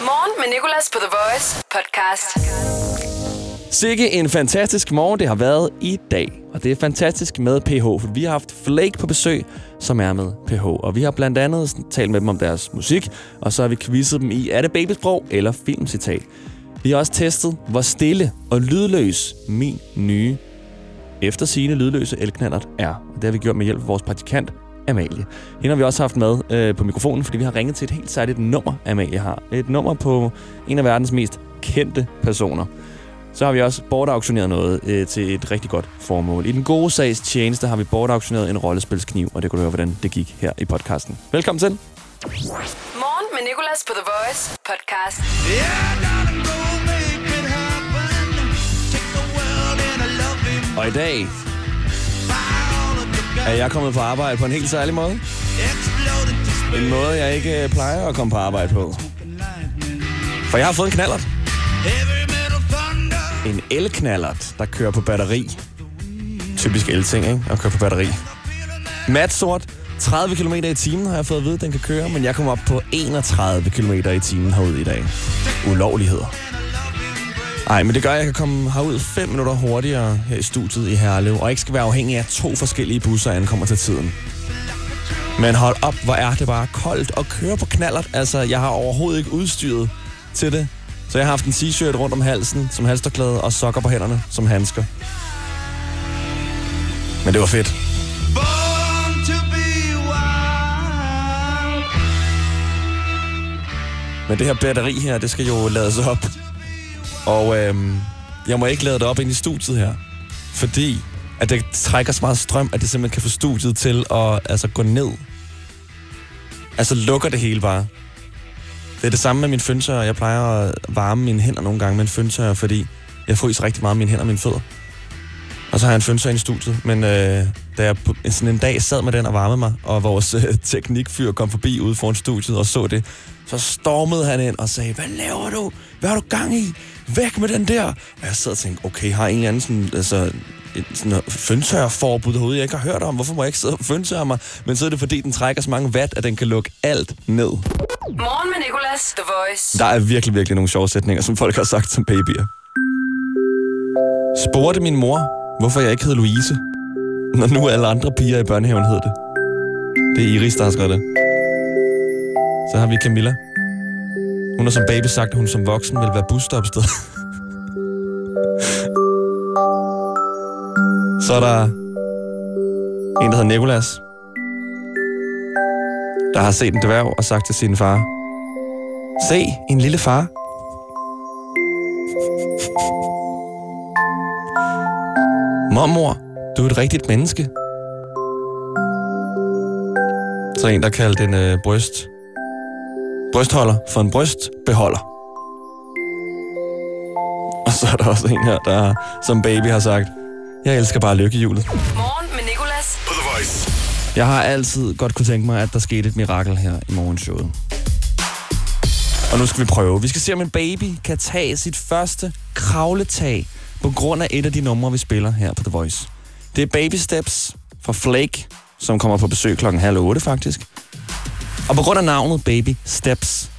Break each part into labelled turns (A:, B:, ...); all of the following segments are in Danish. A: Morgen med Nicolas på The Voice podcast.
B: Sikke en fantastisk morgen, det har været i dag. Og det er fantastisk med PH, for vi har haft Flake på besøg, som er med PH. Og vi har blandt andet talt med dem om deres musik, og så har vi quizzet dem i, er det babysprog eller filmcitat. Vi har også testet, hvor stille og lydløs min nye efter sine lydløse elknallert er. Og det har vi gjort med hjælp fra vores praktikant, Amalie. Hende har vi også haft med øh, på mikrofonen, fordi vi har ringet til et helt særligt nummer, Amalie har. Et nummer på en af verdens mest kendte personer. Så har vi også bortauktioneret noget øh, til et rigtig godt formål. I den gode sags tjeneste har vi bortauktioneret en rollespilskniv, og det kunne du høre, hvordan det gik her i podcasten. Velkommen til.
A: Morgen med Nicolas på The Voice podcast.
B: Og i dag er jeg kommet på arbejde på en helt særlig måde. En måde, jeg ikke øh, plejer at komme på arbejde på. For jeg har fået en knallert. En elknallert, der kører på batteri. Typisk elting, ikke? At køre på batteri. Mat sort. 30 km i timen har jeg fået at vide, at den kan køre, men jeg kom op på 31 km i timen herude i dag. Ulovligheder. Nej, men det gør, at jeg kan komme herud 5 minutter hurtigere her i studiet i Herlev, og ikke skal være afhængig af at to forskellige busser, ankommer til tiden. Men hold op, hvor er det bare koldt at køre på knallert. Altså, jeg har overhovedet ikke udstyret til det. Så jeg har haft en t-shirt rundt om halsen som halsterklæde og sokker på hænderne som handsker. Men det var fedt. Men det her batteri her, det skal jo lades op. Og øhm, jeg må ikke lade det op ind i studiet her, fordi at det trækker så meget strøm, at det simpelthen kan få studiet til at altså, gå ned. Altså lukker det hele bare. Det er det samme med min fønsør. Jeg plejer at varme mine hænder nogle gange med en fønsør, fordi jeg fryser rigtig meget mine hænder og mine fødder. Og så har jeg en fønsør inde i studiet, men øh, da jeg på, sådan en dag sad med den og varmede mig, og vores øh, teknikfyr kom forbi ude foran studiet og så det, så stormede han ind og sagde, hvad laver du? Hvad har du gang i? Væk med den der! Og jeg sad og tænkte, okay, har en eller anden sådan, altså, et sådan fønsørforbud derude, jeg ikke har hørt om. Hvorfor må jeg ikke sidde og fønsøre mig? Men så er det, fordi den trækker så mange watt, at den kan lukke alt ned.
A: Morgen med Nicolas, The Voice.
B: Der er virkelig, virkelig nogle sjove sætninger, som folk har sagt som babyer. Spurgte min mor, hvorfor jeg ikke hed Louise, når nu alle andre piger i børnehaven hed det. Det er Iris, der har skrevet det. Så har vi Camilla. Hun har som baby sagt, at hun som voksen vil være busstopsted. Så er der en, der hedder Nikolas, der har set en dværg og sagt til sin far, Se, en lille far. Mormor, du er et rigtigt menneske. Så er der en, der kaldte en øh, bryst. Brystholder for en brystbeholder. Og så er der også en her, der som baby har sagt, jeg elsker bare lykkehjulet.
A: Morgen med Nicolas.
C: På The Voice.
B: Jeg har altid godt kunne tænke mig, at der skete et mirakel her i morgenshowet. Og nu skal vi prøve. Vi skal se, om en baby kan tage sit første kravletag på grund af et af de numre, vi spiller her på The Voice. Det er Baby Steps fra Flake, som kommer på besøg klokken halv otte faktisk. Og på grund af navnet Baby Steps,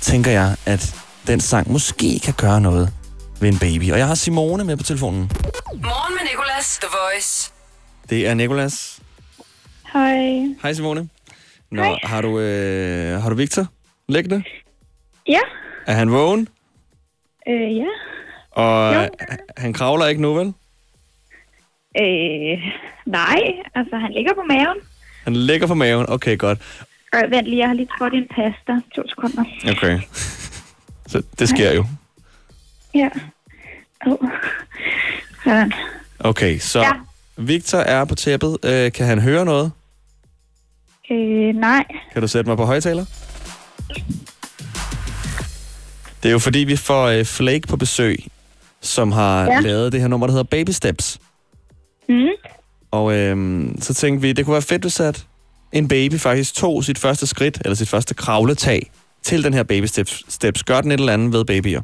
B: tænker jeg, at den sang måske kan gøre noget ved en baby. Og jeg har Simone med på telefonen.
A: Morgen med Nicolas, The Voice.
B: Det er Nikolas.
D: Hej.
B: Hej Simone. Nå, Hej. har du, øh, har du Victor liggende?
D: Ja.
B: Er han vågen?
D: Øh, ja.
B: Og
D: Jo.
B: øh, han kravler ikke nu, vel?
D: Øh, nej, altså han ligger på maven.
B: Han ligger på maven. Okay, godt.
D: Øh, vent lige, jeg har lige trådt i en pasta. To sekunder.
B: Okay. Så det sker jo.
D: Ja. Oh. Sådan.
B: Okay, så
D: Ja.
B: Victor er på tæppet. Øh, kan han høre noget?
D: Øh, nej.
B: Kan du sætte mig på højtaler? Det er jo fordi, vi får øh, Flake på besøg, som har ja.
D: Ja.
B: lavet det her nummer, der hedder Baby Steps.
D: Mm.
B: Og øhm, så tænkte vi, det kunne være fedt, hvis at en baby faktisk tog sit første skridt, eller sit første kravletag, til den her baby steps. steps. Gør den et eller andet ved babyer.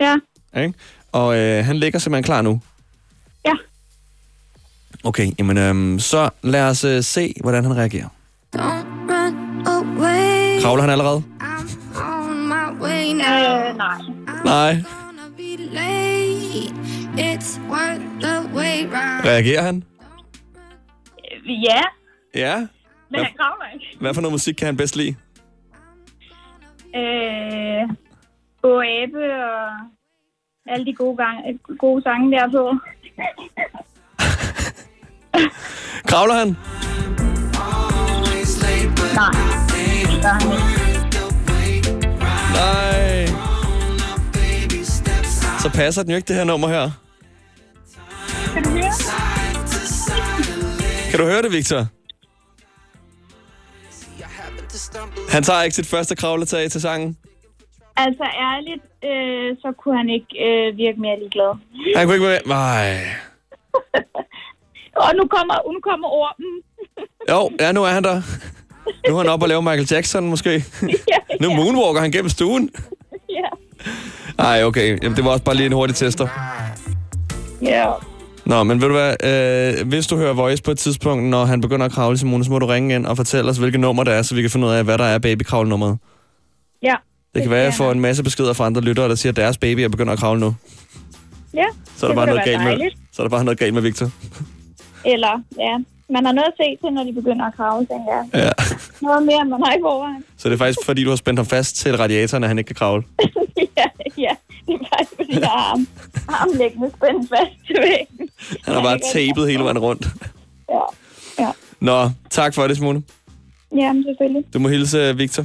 D: Ja.
B: Ikke? Og øh, han ligger simpelthen klar nu.
D: Ja.
B: Okay, jamen øhm, så lad os øh, se, hvordan han reagerer.
E: Don't run away.
B: Kravler han allerede?
E: I'm on my
C: me now.
D: Øh, nej.
B: Nej.
C: I'm gonna be late. It's worth the wait round.
B: Reagerer han?
D: Ja,
B: Ja.
D: men
B: Ja.
D: han græder ikke.
B: Hvad for noget musik kan han bedst lide?
D: Øh, Bo Abe og alle de gode, gang, gode sange der på.
B: Kravler han?
D: Nej, det gør han ikke.
B: Nej. Så passer den jo ikke, det her nummer her.
D: Kan du høre?
B: Kan du høre det, Victor? Han tager ikke sit første kravletag til sangen.
D: Altså ærligt, øh, så kunne han ikke øh, virke mere ligeglad.
B: Han kunne ikke være med. Nej.
D: Og nu kommer, nu kommer ormen.
B: Jo, ja, nu er han der. Nu er han oppe og laver Michael Jackson, måske. Nu moonwalker han gennem stuen.
D: ja.
B: Nej, okay. Jamen, det var også bare lige en hurtig tester.
D: ja.
B: Nå, men ved du hvad, øh, hvis du hører Voice på et tidspunkt, når han begynder at kravle, Simone, så må du ringe ind og fortælle os, hvilket nummer det er, så vi kan finde ud af, hvad der er babykravlnummeret.
D: Ja.
B: Det kan være, at jeg får en masse beskeder fra andre lyttere, der siger, at deres baby er begyndt at kravle nu.
D: Ja,
B: Så er der bare
D: kunne da
B: noget
D: være
B: galt med,
D: dejligt.
B: så er der bare noget galt med Victor.
D: Eller, ja. Man har noget at se til, når de begynder at kravle, tænker jeg.
B: Ja.
D: Noget mere, man har ikke overvejen.
B: Så det er faktisk, fordi du har spændt ham fast til radiatoren, at han ikke kan kravle.
D: ja, ja. Det er faktisk, fordi jeg har ham, ham liggende spændt fast til væggen.
B: Han har bare tapet hele vejen rundt.
D: Ja, ja.
B: Nå, tak for det, Simone.
D: Jamen, selvfølgelig.
B: Du må hilse Victor.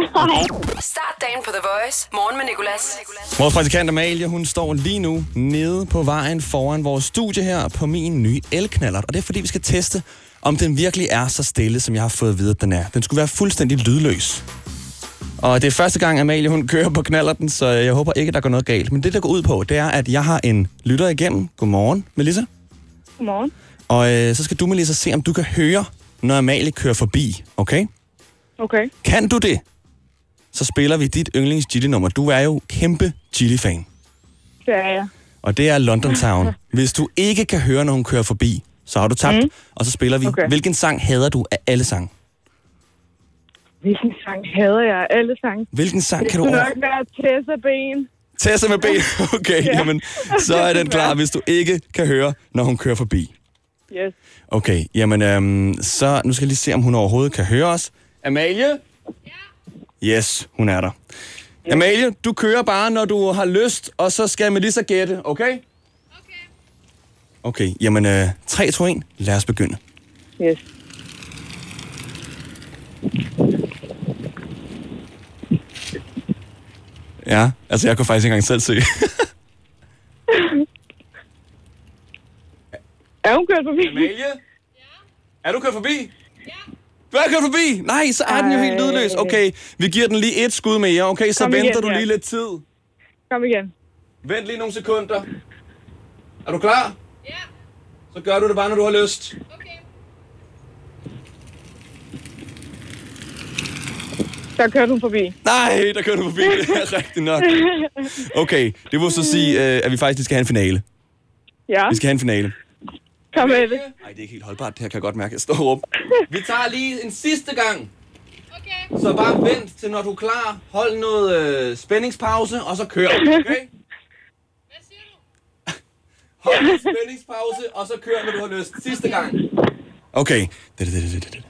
D: Hej.
A: Start dagen på The Voice. Morgen med Nicolas.
B: Vores praktikant Amalie, hun står lige nu nede på vejen foran vores studie her på min nye elknallert. Og det er fordi, vi skal teste, om den virkelig er så stille, som jeg har fået at vide, at den er. Den skulle være fuldstændig lydløs. Og det er første gang, Amalie hun kører på knallerten, så jeg håber ikke, der går noget galt. Men det, der går ud på, det er, at jeg har en lytter igennem. Godmorgen, Melissa.
D: Godmorgen.
B: Og øh, så skal du, Melissa, se, om du kan høre, når Amalie kører forbi, okay?
D: Okay.
B: Kan du det, så spiller vi dit yndlings nummer Du er jo kæmpe Gilly-fan.
D: Det er jeg.
B: Og det er London Town. Hvis du ikke kan høre, når hun kører forbi, så har du tabt. Mm. Og så spiller vi. Okay.
E: Okay.
B: Hvilken sang hader du af alle sange?
E: Hvilken sang hader jeg? Alle sange.
B: Hvilken sang kan du
E: Det
B: over...
E: kunne nok være Tessa Ben.
B: Tessa med ben. Okay, ja. jamen, så er den klar, hvis du ikke kan høre, når hun kører forbi.
E: Yes.
B: Okay, jamen, øhm, så nu skal jeg lige se, om hun overhovedet kan høre os. Amalie? Ja. Yes, hun er der. Amalie, du kører bare, når du har lyst, og så skal Melissa gætte, okay? Okay. Okay, jamen, øh, 3, 2, 1. Lad os begynde.
E: Yes.
B: Ja, altså jeg kunne faktisk ikke engang selv se.
E: Er hun kørt forbi?
B: Amalie? Ja? Er du kørt forbi? Ja. Du er kørt forbi? Nej, så er den jo helt
E: Ej.
B: lydløs. Okay, vi giver den lige et skud mere. Okay, så Kom
E: Kom
B: venter
E: igen,
B: du
E: ja.
B: lige lidt tid.
E: Kom igen.
B: Vent lige nogle sekunder. Er du klar? Ja. Så gør du det bare, når du har lyst.
E: Der kørte hun forbi.
B: Nej, der kører du forbi. Det er rigtigt nok. Okay, det må så sige, øh, at vi faktisk skal have en finale.
E: Ja,
B: Vi skal have en finale.
E: kom med det.
B: Nej, det er ikke helt holdbart. Det her kan jeg godt mærke. Jeg står op. Vi tager lige en sidste gang. Okay. Så bare vent til, når du er klar. Hold noget øh, spændingspause, og så kør. Okay? Hvad siger du? Hold en spændingspause, og så kør, når du har lyst. Sidste gang. Okay. Det, det, det, det, det, det.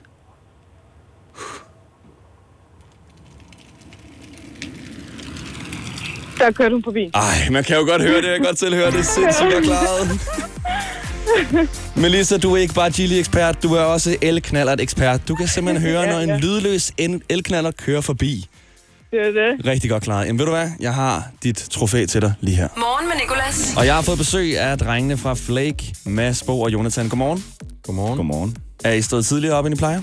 E: Der kørte hun forbi.
B: Ej, man kan jo godt høre det. Jeg kan godt selv høre det. Sindssygt, jeg klarede. Melissa, du er ikke bare Gilly-ekspert, du er også elknallert-ekspert. Du kan simpelthen høre,
E: Ja,
B: når
E: ja.
B: en lydløs en- elknallert kører forbi.
E: Det er det.
B: Rigtig godt klaret. Jamen ved du hvad, jeg har dit trofæ til dig lige her.
A: Morgen med Nicolas.
B: Og jeg har fået besøg af drengene fra Flake, Mads Bo og Jonathan. Godmorgen.
F: Godmorgen. Godmorgen.
B: Er I stået tidligere op, end I plejer?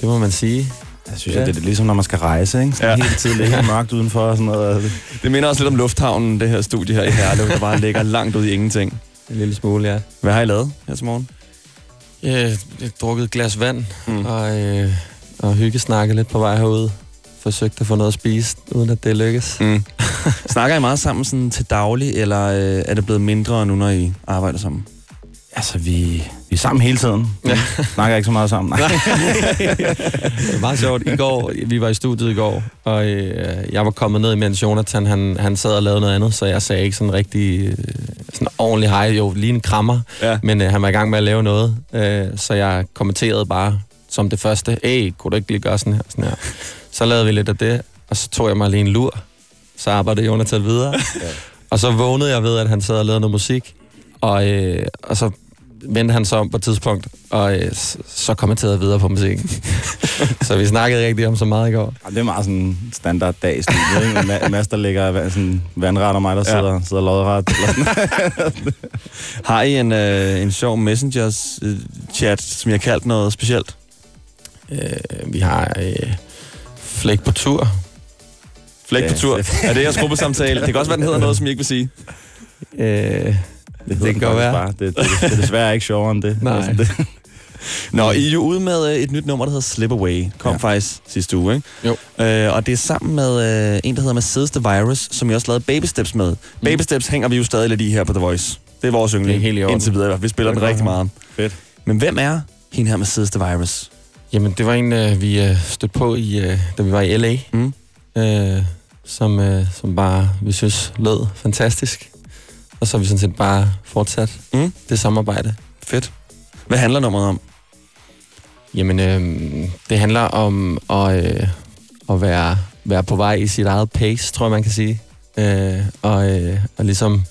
F: Det må man sige.
G: Jeg synes, ja. at det er ligesom, når man skal rejse, ikke? Sådan
B: Ja.
G: ja. helt tidligt, helt mørkt udenfor og sådan noget.
B: Det minder også lidt om lufthavnen, det her studie her i Herlev, der bare ligger langt ud i ingenting.
F: En lille smule, ja.
B: Hvad har I lavet her til morgen?
F: Øh, Jeg har drukket et glas vand mm. og, øh, og hyggesnakket lidt på vej herude. Forsøgt at få noget at spise, uden at det lykkes.
B: Mm. Snakker I meget sammen sådan til daglig, eller øh, er det blevet mindre nu, når I arbejder sammen?
G: Altså, vi, vi er sammen hele tiden. Vi ja. snakker ikke så meget sammen. Nej.
F: Det var meget sjovt. I går, vi var i studiet i går, og øh, jeg var kommet ned, mens Jonathan han, han sad og lavede noget andet, så jeg sagde ikke sådan rigtig øh, sådan ordentlig hej. Jo, lige en krammer,
B: Ja.
F: men øh, han var i gang med at lave noget, øh, så jeg kommenterede bare som det første, hey, kunne du ikke lige gøre sådan her? Sådan her. Så lavede vi lidt af det, og så tog jeg mig lige en lur, så arbejdede Jonathan videre, og så vågnede jeg ved, at han sad og lavede noget musik, og, øh, og så vendte han så om på et tidspunkt, og øh, s- så kommenterede jeg videre på musikken. så vi snakkede ikke rigtig om så meget i går.
G: Ja, Det er meget sådan en standard dag i studiet. ikke? Ma- Mads, der ligger vand- sådan vandret, og mig, der sidder, ja. sidder lodret. Eller sådan.
B: Har I en, øh, en sjov Messenger-chat, som jeg har kaldt noget specielt?
F: Øh, vi har øh, Flæk på tur. Øh,
B: Flæk på
G: Ja,
B: tur. Er det jeres gruppesamtale? Det kan også være, den hedder noget, som I ikke vil sige.
F: Øh,
G: Det,
F: kan godt være.
G: Det, det, det, er desværre ikke sjovere end det.
F: Nej.
G: Altså, det.
B: Nå, I er jo ude med øh, et nyt nummer, der hedder Slip Away. Kom ja.
G: Ja.
B: faktisk sidste uge, ikke?
F: Jo.
B: Øh, og det er sammen med øh, en, der hedder Mercedes The Virus, som jeg også lavede Baby Steps med. Baby Steps hænger vi jo stadig lidt i her på The Voice. Det er vores yndling.
F: Mm. Det er helt i orden.
B: Indtil videre i hvert fald. Vi spiller
F: Det
B: den
F: er
B: rigtig
F: godt.
B: meget.
G: Fedt.
B: Men hvem er hende her Mercedes The Virus?
F: jamen, det var en, øh, vi øh, stødte på, i, øh, da vi var i L.A.,
B: Mm.
F: øh, som, øh, som bare, vi synes, lød fantastisk. Og så har vi sådan set bare fortsat
B: Mm.
F: det samarbejde.
B: Fedt. Hvad handler nummeret om?
F: Jamen, øh, det handler om at, øh, at være, være på vej i sit eget pace, tror jeg, man kan sige. Øh, og, øh, og ligesom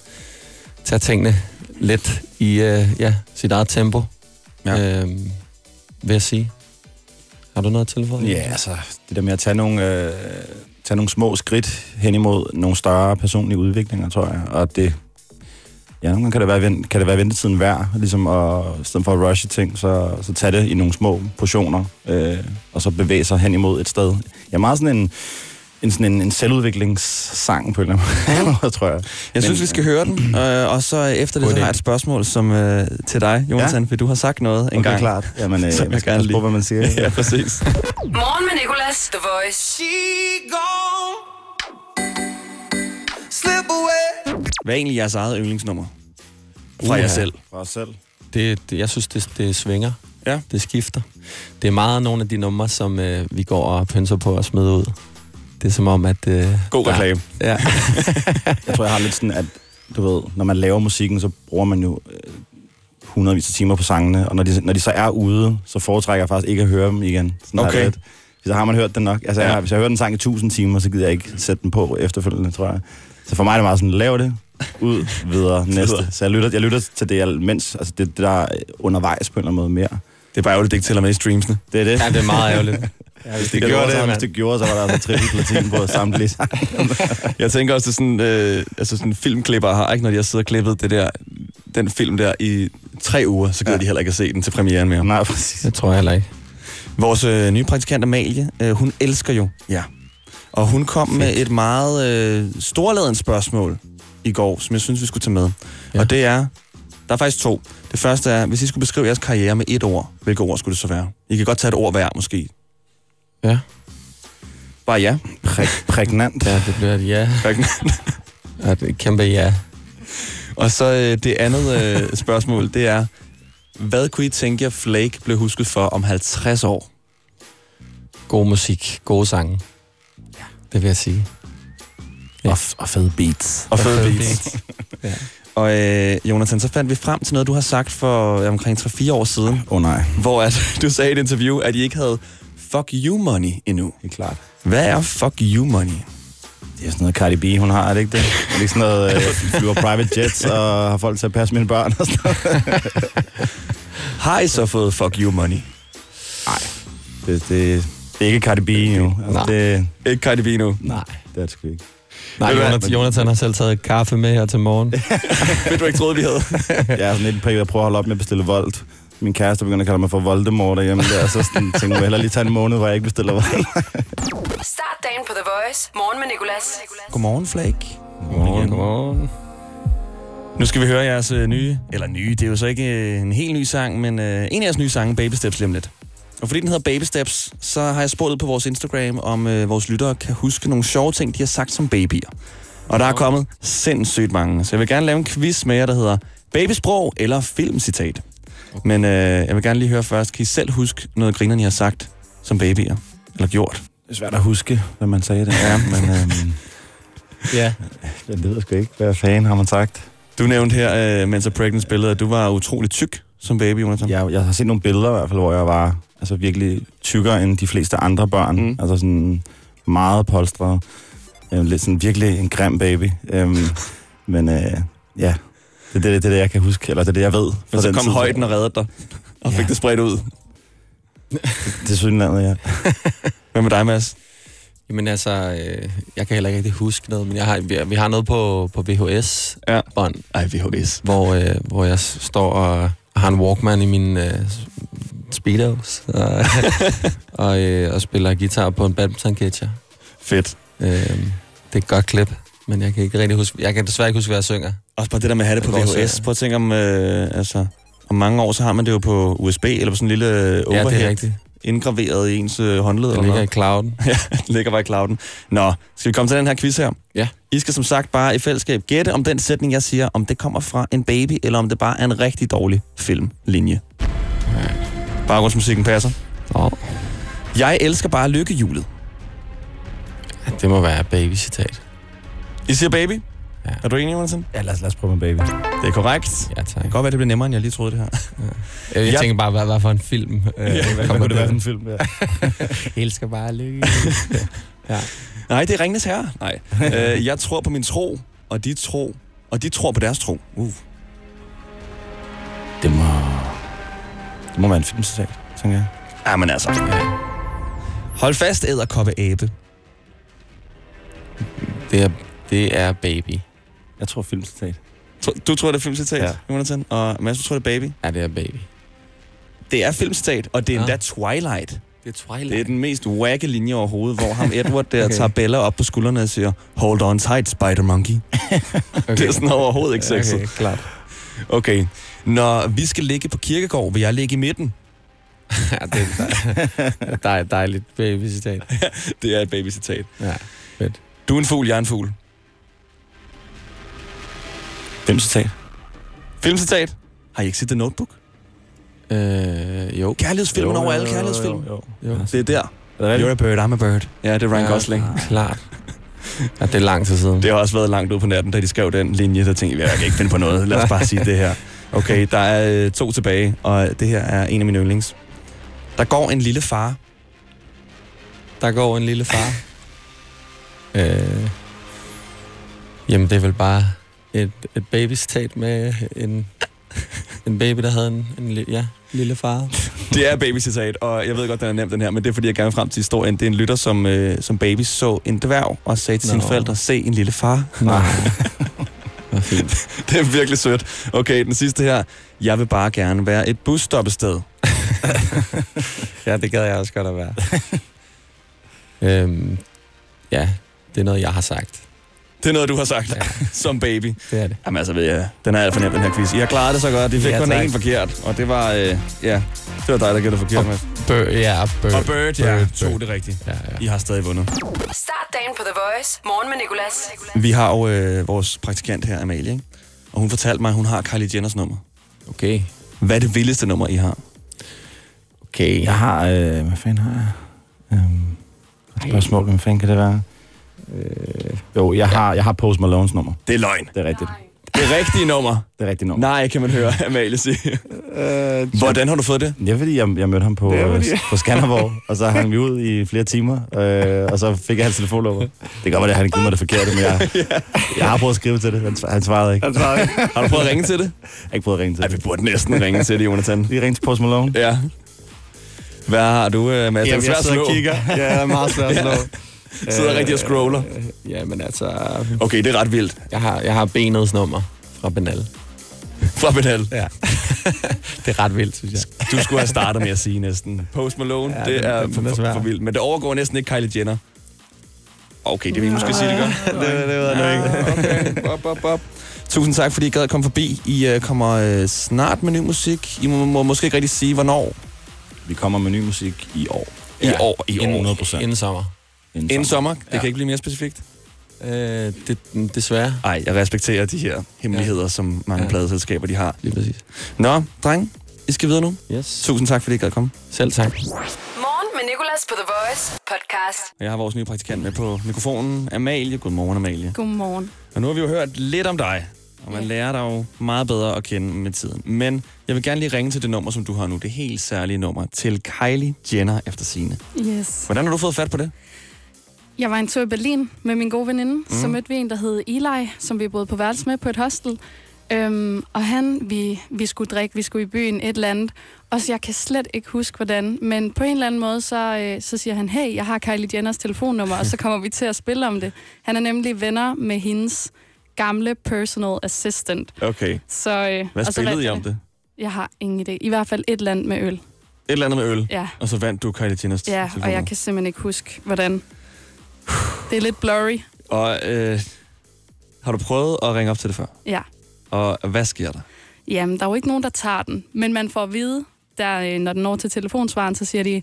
F: tage tingene lidt i øh, ja, sit eget tempo,
B: Ja.
F: ja. øh, vil jeg sige. Har du noget at tilføje?
G: Ja, altså, det der med at tage nogle, øh, tage nogle små skridt hen imod nogle større personlige udviklinger, tror jeg. Og det, ja, nogle gange kan det være, ven- kan det være ventetiden værd, ligesom at, i stedet for at rushe ting, så, så tage det i nogle små portioner, øh, og så bevæge sig hen imod et sted. Jeg er meget sådan en, en, sådan en, en selvudviklingssang på en eller anden måde, tror jeg.
B: Jeg synes, vi skal høre den, øh, og så øh, efter det,
F: God
B: så
F: idé.
B: har jeg et spørgsmål som, øh, til dig, Jonathan, ja. for du har sagt noget en
G: okay,
B: gang.
G: klart. Jamen, øh,
B: Så vil
G: man
B: jeg
G: skal
B: gerne
G: passe på,
B: lige-
G: hvad man siger.
B: Ja, præcis.
A: Morgen med Nicolas, The Voice.
B: Hvad er egentlig jeres eget yndlingsnummer? Fra jer
F: Uha.
B: selv.
G: Fra os selv.
F: Det, det, jeg synes, det, det svinger.
B: Ja.
F: Det skifter. Det er meget nogle af de numre, som øh, vi går og pynser på at smide ud. Det er som om, at... Øh,
B: God
F: der-
B: reklame.
F: Ja.
G: Jeg tror, jeg har lidt sådan, at du ved, når man laver musikken, så bruger man jo øh, hundredvis af timer på sangene, og når de, når de så er ude, så foretrækker jeg faktisk ikke at høre dem igen. Sådan har
B: Okay.
G: jeg det lidt. Så har man hørt den nok. Altså,
B: Ja.
G: ja. jeg, hvis jeg hører den sang i tusind timer, så gider jeg ikke sætte den på efterfølgende, tror jeg. Så for mig er det meget sådan, lav det, ud, videre, næste. Så jeg lytter, jeg lytter til det, jeg, mens, altså det, det, der er undervejs på en eller anden måde mere.
B: Det er bare ærgerligt, det ikke tæller med i streamsene.
G: Det er det.
F: ja, det er meget ærgerligt. Ja, hvis
G: det, det, gjorde det, så, hvis det gjorde, så var der altså trippel platin på samtlige sange.
B: Jeg tænker også, det sådan, øh, altså sådan filmklipper har, ikke? Når de har siddet og klippet det der, den film der i tre uger, så gider ja. de heller ikke at se den til premieren mere.
G: Nej, præcis.
F: Det tror jeg heller ikke.
B: Vores øh, nye praktikant Amalie, øh, hun elsker jo. Ja. Og hun kom Fedt. med et meget øh, storladent spørgsmål i går, som jeg synes, vi skulle tage med. Ja.
F: Ja.
B: Og det er, der er faktisk to. Det første er, hvis I skulle beskrive jeres karriere med et ord, hvilke ord skulle det så være? I kan godt tage et ord hver, måske.
F: Ja,
B: Bare ja.
G: Præg- prægnant.
F: ja det bliver et ja. Ja, det er et kæmpe ja.
B: Og så øh, det andet øh, spørgsmål, det er, hvad kunne I tænke jer, Flake blev husket for om 50 år?
F: God musik, gode sange. Det vil jeg sige. Ja.
G: Og, og fede beats.
B: Og fede
F: fede
B: beats. Og øh, Jonathan, så fandt vi frem til noget, du har sagt for øh, omkring 3-4 år siden,
G: Åh oh, nej,
B: hvor at, du sagde i et interview, at I ikke havde fuck you money endnu.
G: det er klart.
B: Hvad er fuck you money?
G: Det er sådan noget Cardi B, hun har, er det ikke det? Er det ikke sådan noget, øh, flyver private jets og har folk til at passe mine børn og sådan noget?
B: Har I så fået fuck you money?
G: Det, det, det er ikke Cardi B jo. Altså,
F: Nej.
G: det,
B: Ikke Cardi B nu.
F: Nej.
G: det er det sgu ikke.
F: Nej,
B: Ved du hvad?
F: Jonathan, Jonathan har selv taget kaffe med her til morgen.
B: Ved du ikke troede, vi havde?
G: Jeg er sådan lidt i en periode, jeg prøver at holde op med at bestille voldt. Min kæreste begynder at kalde mig for Voldemort derhjemme der, så sådan, tænker jeg, jeg vil hellere lige tage en måned, hvor jeg ikke bestiller voldt.
A: Start dagen på The Voice. Morgen med Nicolas.
B: Godmorgen, Flake.
F: Godmorgen, godmorgen.
B: Nu skal vi høre jeres øh, nye, eller nye, det er jo så ikke øh, en helt ny sang, men øh, en af jeres nye sange, Baby Steps, lige om lidt. Og fordi den hedder Baby Steps, så har jeg spurgt ud på vores Instagram, om øh, vores lyttere kan huske nogle sjove ting, de har sagt som babyer. Og der er kommet sindssygt mange, så jeg vil gerne lave en quiz med jer, der hedder Babysprog eller filmcitat? Men øh, jeg vil gerne lige høre først, kan I selv huske noget grinerne, I har sagt som babyer? Eller gjort?
G: Det er svært at huske, hvad man sagde det. Ja, men øhm,
H: Ja.
G: jeg ved sgu ikke, hvad fanden har man sagt.
B: Du nævnte her, øh, mens jeg pregnant spillede, at du var utrolig tyk som baby, Jonathan.
G: Jeg, jeg har set nogle billeder i hvert fald, hvor jeg var altså, virkelig tykkere end de fleste andre børn.
B: Mm.
G: Mm. Altså sådan meget polstret. Øhm, lidt sådan virkelig en grim baby. Øhm, men øh, ja, det er det, det, er det, jeg kan huske, eller det er det, jeg ved. fra
B: Men så
G: den
B: kom
G: tid.
B: højden og reddede dig, og fik
G: Ja.
B: det spredt ud.
G: Til Sydlandet, ja.
B: Hvad med dig, Mads?
F: Jamen altså, øh, jeg kan heller ikke rigtig huske noget, men jeg har, vi, vi har noget på, på VHS-bånd,
B: Ja. Ej, VHS.
F: hvor, øh, hvor jeg s- står og har en Walkman i min øh, s- speedos, og, og, øh, og spiller guitar på en badminton-catcher.
B: Fedt.
F: Øh, det er et godt klip, men jeg kan ikke rigtig huske, jeg kan desværre ikke huske, hvad jeg synger.
B: Også bare det der med at have det på
F: Det går
B: VHS.
F: så-
B: Prøv at tænke om, øh, altså, om mange år, så har man det jo på USB, eller på sådan en lille øh,
F: Ja, det er
B: overhead,
F: rigtigt.
B: indgraveret i ens øh, håndled.
F: Den
B: Eller
F: ligger i
B: noget.
F: clouden.
B: Det ligger bare i clouden. Nå, skal vi komme til den her quiz her?
F: Ja.
B: I skal som sagt bare i fællesskab gætte, om den sætning, jeg siger, om det kommer fra en baby, eller om det bare er en rigtig dårlig filmlinje. Baggrundsmusikken passer.
F: Oh,
B: Jeg elsker bare lykkehjulet.
F: det må være baby-citat.
B: I siger baby?
F: Ja.
B: Er du enig, Jonathan?
G: ja lad, os, lad os prøve med baby.
B: Det er korrekt.
F: Ja, tak.
B: Det kan godt være, det bliver nemmere, end jeg lige troede det her.
F: Jeg,
B: Jeg-
F: jeg tænker bare, hvad, hvad for en film øh, ja,
G: Hvad
F: kommer
G: kunne det
F: det?
G: være for
F: der?
G: en film? Ja.
F: Elsker bare lykke.
B: Nej, det er Ringnes Herre. Nej. øh, jeg tror på min tro, og de tro, og de tror på deres tro. Uh.
G: Det må... Det må være en filmcitat, tænker jeg.
B: Ja, men altså. Hold fast, æderkoppe abe.
F: Det er, det er baby.
G: Jeg tror filmcitat.
B: Tro- Du tror, det er filmcitat, ja.
G: Ja.
B: Jonathan, og Mads, du tror, det er baby.
F: Ja, det er baby.
B: Det er filmcitat, og det er endda
F: Ah.
B: Twilight.
F: Det er Twilight.
B: Det er den mest wacke linje overhovedet, hvor ham Edward der okay. tager Bella op på skuldrene og siger, hold on tight, spider monkey. Okay.
F: okay.
B: Det er sådan overhovedet ikke sexet.
F: Okay, klart.
B: Okay. Når vi skal ligge på kirkegård, vil jeg ligge i midten.
F: Ja, det er dej- dej, dejligt baby-citat.
B: Det er et babycitat.
F: Ja, fedt.
B: Du er en fugl, jeg er en fugl.
G: Filmcitat.
B: Filmcitat. Har I ikke set The Notebook?
F: Øh, jo.
B: Kærlighedsfilmen
G: Jo,
B: over
G: jo,
B: alle
G: jo,
B: kærlighedsfilm.
G: Jo, jo.
F: jo.
B: Det er der.
G: Er det
B: You're a
G: rigtigt?
B: bird, I'm a bird. Ja, det er Ryan Gosling.
F: Klart. Ja, det er lang tid siden.
B: Det har også været langt ud på natten, da de skrev den linje, der tænkte jeg, jeg kan ikke finde på noget. Lad os bare sige det her. Okay, der er øh, to tilbage, og det her er en af mine yndlings. Der går en lille far.
F: Der går en lille far. øh, jamen, det er vel bare et, et baby-citat med en, en baby, der havde en, en li- ja, lille far.
B: Det er babycitat, og jeg ved godt, den er nem, den her, men det er, fordi jeg gerne vil frem til historien. Det er en lytter, som, øh, som baby så en dværg og sagde til sine
F: Nå.
B: forældre, se en lille far.
F: Nej. Hvor fint.
B: Det er virkelig sødt. Okay, den sidste her. Jeg vil bare gerne være et busstoppested.
F: Ja, det gad jeg også godt at være. øhm, ja, det er noget, jeg har sagt.
B: Det er noget, du har sagt
F: Ja.
B: som baby.
F: Det er det.
B: Jamen altså, ved jeg, den er alt for nem, den her quiz. I har klaret det så godt. I fik
F: Ja,
B: ja, kun
F: tak.
B: en forkert, og det var, øh, ja, det var dig, der gættede forkert, Mads.
F: Bird, ja, bird.
B: Og Bird, ja,
F: Bird,
B: tog
F: Bird.
B: det rigtigt.
F: Ja, ja.
B: I har stadig vundet.
A: Start dagen på The Voice. Morgen med Nicolas.
B: Vi har jo øh, vores praktikant her, Amalie, ikke? og hun fortalte mig, at hun har Kylie Jenners nummer.
F: Okay.
B: Hvad er det vildeste nummer, I har?
F: Okay.
G: Jeg har... Øh, hvad fanden har jeg? Øhm, et spørgsmål, hvad fanden kan det være? Øh, jo, jeg har, jeg har Post Malones nummer.
B: Det er løgn.
G: Det er rigtigt.
B: Det rigtige nummer.
G: Det er rigtigt nummer.
B: Nej, kan man høre Amalie sige. Hvordan har du fået det?
G: Det er fordi, jeg, jeg mødte ham på,
B: Det er
G: øh,
B: fordi-
G: på Skanderborg, og så hang vi ud i flere timer, øh, og så fik jeg hans telefonnummer. Det kan godt være, at han givet mig det forkerte, men jeg, jeg har prøvet at skrive til det. Han, svar- han svarede ikke. Jeg
B: Har du prøvet at ringe til det?
G: har ikke prøvet at ringe til
B: Ej, vi
G: det.
B: burde næsten ringe til det, Jonathan.
G: Vi ringte til Post Malone.
B: Ja. Hvad har du, øh, Mads? det er svært at slå.
G: Ja, jeg er meget svært at slå.
B: Sidder rigtig og scroller.
F: Jamen altså,
B: Okay, det er ret vildt.
F: jeg har, jeg har benets nummer fra Benal.
B: Fra Benal.
F: Ja. det er ret vildt, synes jeg.
B: Du skulle have startet med at sige næsten. Post Malone, ja,
F: Ja,
B: det
F: den-
B: er,
F: den-
B: for,
F: den
B: for,
F: er svær.
B: for vildt. Men det overgår næsten ikke Kylie Jenner. Okay, det vil I måske sige, det gør. det, det ved jeg ikke. Okay, bop, bop, bop. Tusind tak, fordi I gad at komme forbi. I øh, kommer øh, snart med ny musik. I må, må måske ikke rigtig sige, hvornår.
G: Vi kommer med ny musik i år.
B: I år, i år.
G: Inden 100 procent.
F: Inden sommer.
B: Inden sommer. Det
G: Ja.
B: kan ikke blive mere specifikt.
F: Øh, det, desværre.
B: Ej, jeg respekterer de her hemmeligheder, ja. som mange ja.
F: Ja.
B: pladeselskaber de har.
F: Lige præcis.
B: Nå, dreng, I skal videre nu.
F: Yes.
B: Tusind tak, fordi I gad komme.
F: Selv tak.
A: Morgen med Nicolas på The Voice podcast.
B: Jeg har vores nye praktikant med på mikrofonen, Amalie. Godmorgen, Amalie.
G: Godmorgen.
B: Og nu har vi jo hørt lidt om dig, og man lærer dig jo meget bedre at kende med tiden. Men jeg vil gerne lige ringe til det nummer, som du har nu, det helt særlige nummer, til Kylie Jenner efter sine.
G: Yes.
B: Hvordan har du fået fat på det?
G: Jeg var en tur i Berlin med min gode veninde,
B: Mhm.
G: mm. så mødte vi en, der hed Eli, som vi boede på værelse med på et hostel. Øhm, og han, vi, vi skulle drikke, vi skulle i byen, et eller andet. Og så jeg kan slet ikke huske, hvordan. Men på en eller anden måde, så, øh, så siger han, hey, jeg har Kylie Jenners telefonnummer, og så kommer vi til at spille om det. Han er nemlig venner med hendes gamle personal assistant.
B: Okay.
G: Så, øh, og
B: Hvad
G: så
B: spillede
G: vandt
B: I
G: jeg
B: om det?
G: Jeg har ingen idé. I hvert fald et eller andet med øl.
B: Et eller andet med øl.
G: Ja.
B: Og så vandt du Kylie Jenners
G: Ja, og
B: telefonnummer.
G: jeg kan simpelthen ikke huske, hvordan. Det er lidt blurry.
B: Og øh, har du prøvet at ringe op til det før?
G: Ja.
B: Og hvad sker der?
G: Jamen, der er jo ikke nogen, der tager den. Men man får at vide, der, øh, når den når til telefonsvaren, så siger de,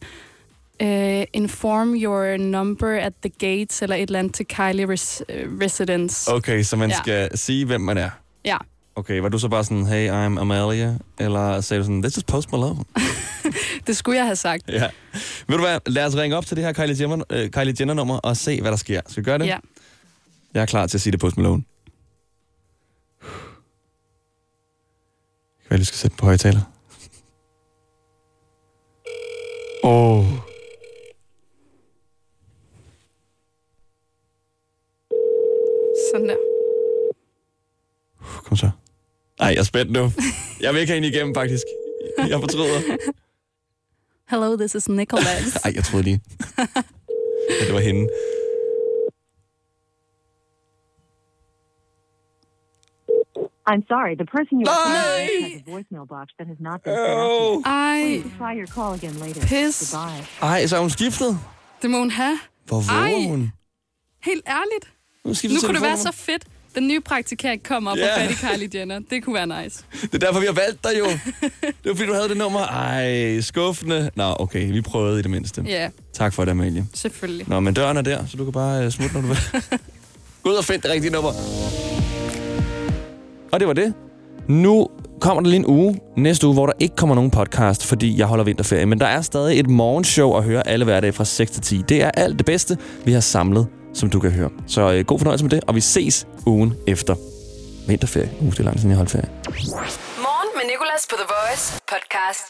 G: øh, inform your number at the gates, eller et eller andet til Kylie res- øh, Residence.
B: Okay, så man
G: Ja.
B: skal sige, hvem man er.
G: Ja.
B: Okay, var du så bare sådan, hey, I'm Amalia? Eller sagde du sådan, this is Post Malone?
G: Det skulle jeg have sagt.
B: ja. Ved du hvad, lad os ringe op til det her Kylie, Jenner, øh, Kylie Jenner-nummer og se, hvad der sker. Skal vi gøre det?
G: Ja.
B: Jeg er klar til at sige det på Post Malone. Jeg kan være, skal sætte på højtaler. Åh. Oh.
G: Sådan der.
B: Kom så. Ej, jeg er spændt nu. Jeg vil ikke have hende igennem, faktisk. Jeg fortryder.
G: Hello, this is Nicholas.
B: Ej, jeg troede lige. Ja, det var hende.
E: I'm sorry, the person you are calling
B: Nej!
E: has a voicemail box that has not been set up yet.
G: Ej,
E: Please try your call again later.
G: Piss.
E: Goodbye.
B: Ej, så er hun skiftet.
G: det må hun have.
B: Hvor våger
G: Ej.
B: hun?
G: Helt ærligt.
B: Nu, har hun skiftet
G: Nu kunne det være
B: telefonnummer.
G: så fedt. Den nye praktikant kommer op
B: Ja.
G: og fat i Kylie Jenner. Det kunne være nice.
B: Det er derfor, vi har valgt dig jo. Det var fordi, du havde det nummer. Ej, skuffende. Nå, okay, vi prøvede i det mindste.
G: Ja,
B: Tak for det, Amalie.
G: selvfølgelig.
B: Nå, men døren er der, så du kan bare øh, smutte, når du vil. Gå ud og find det rigtige nummer. Og det var det. Nu kommer der lige en uge næste uge, hvor der ikke kommer nogen podcast, fordi jeg holder vinterferie. Men der er stadig et morgenshow at høre alle hverdage fra 6 til 10. Det er alt det bedste, vi har samlet, som du kan høre. Så øh, god fornøjelse med det, og vi ses ugen efter vinterferie. Uh, det er langt siden jeg holdt ferie.
A: Morgen med Nicolas på The Voice podcast.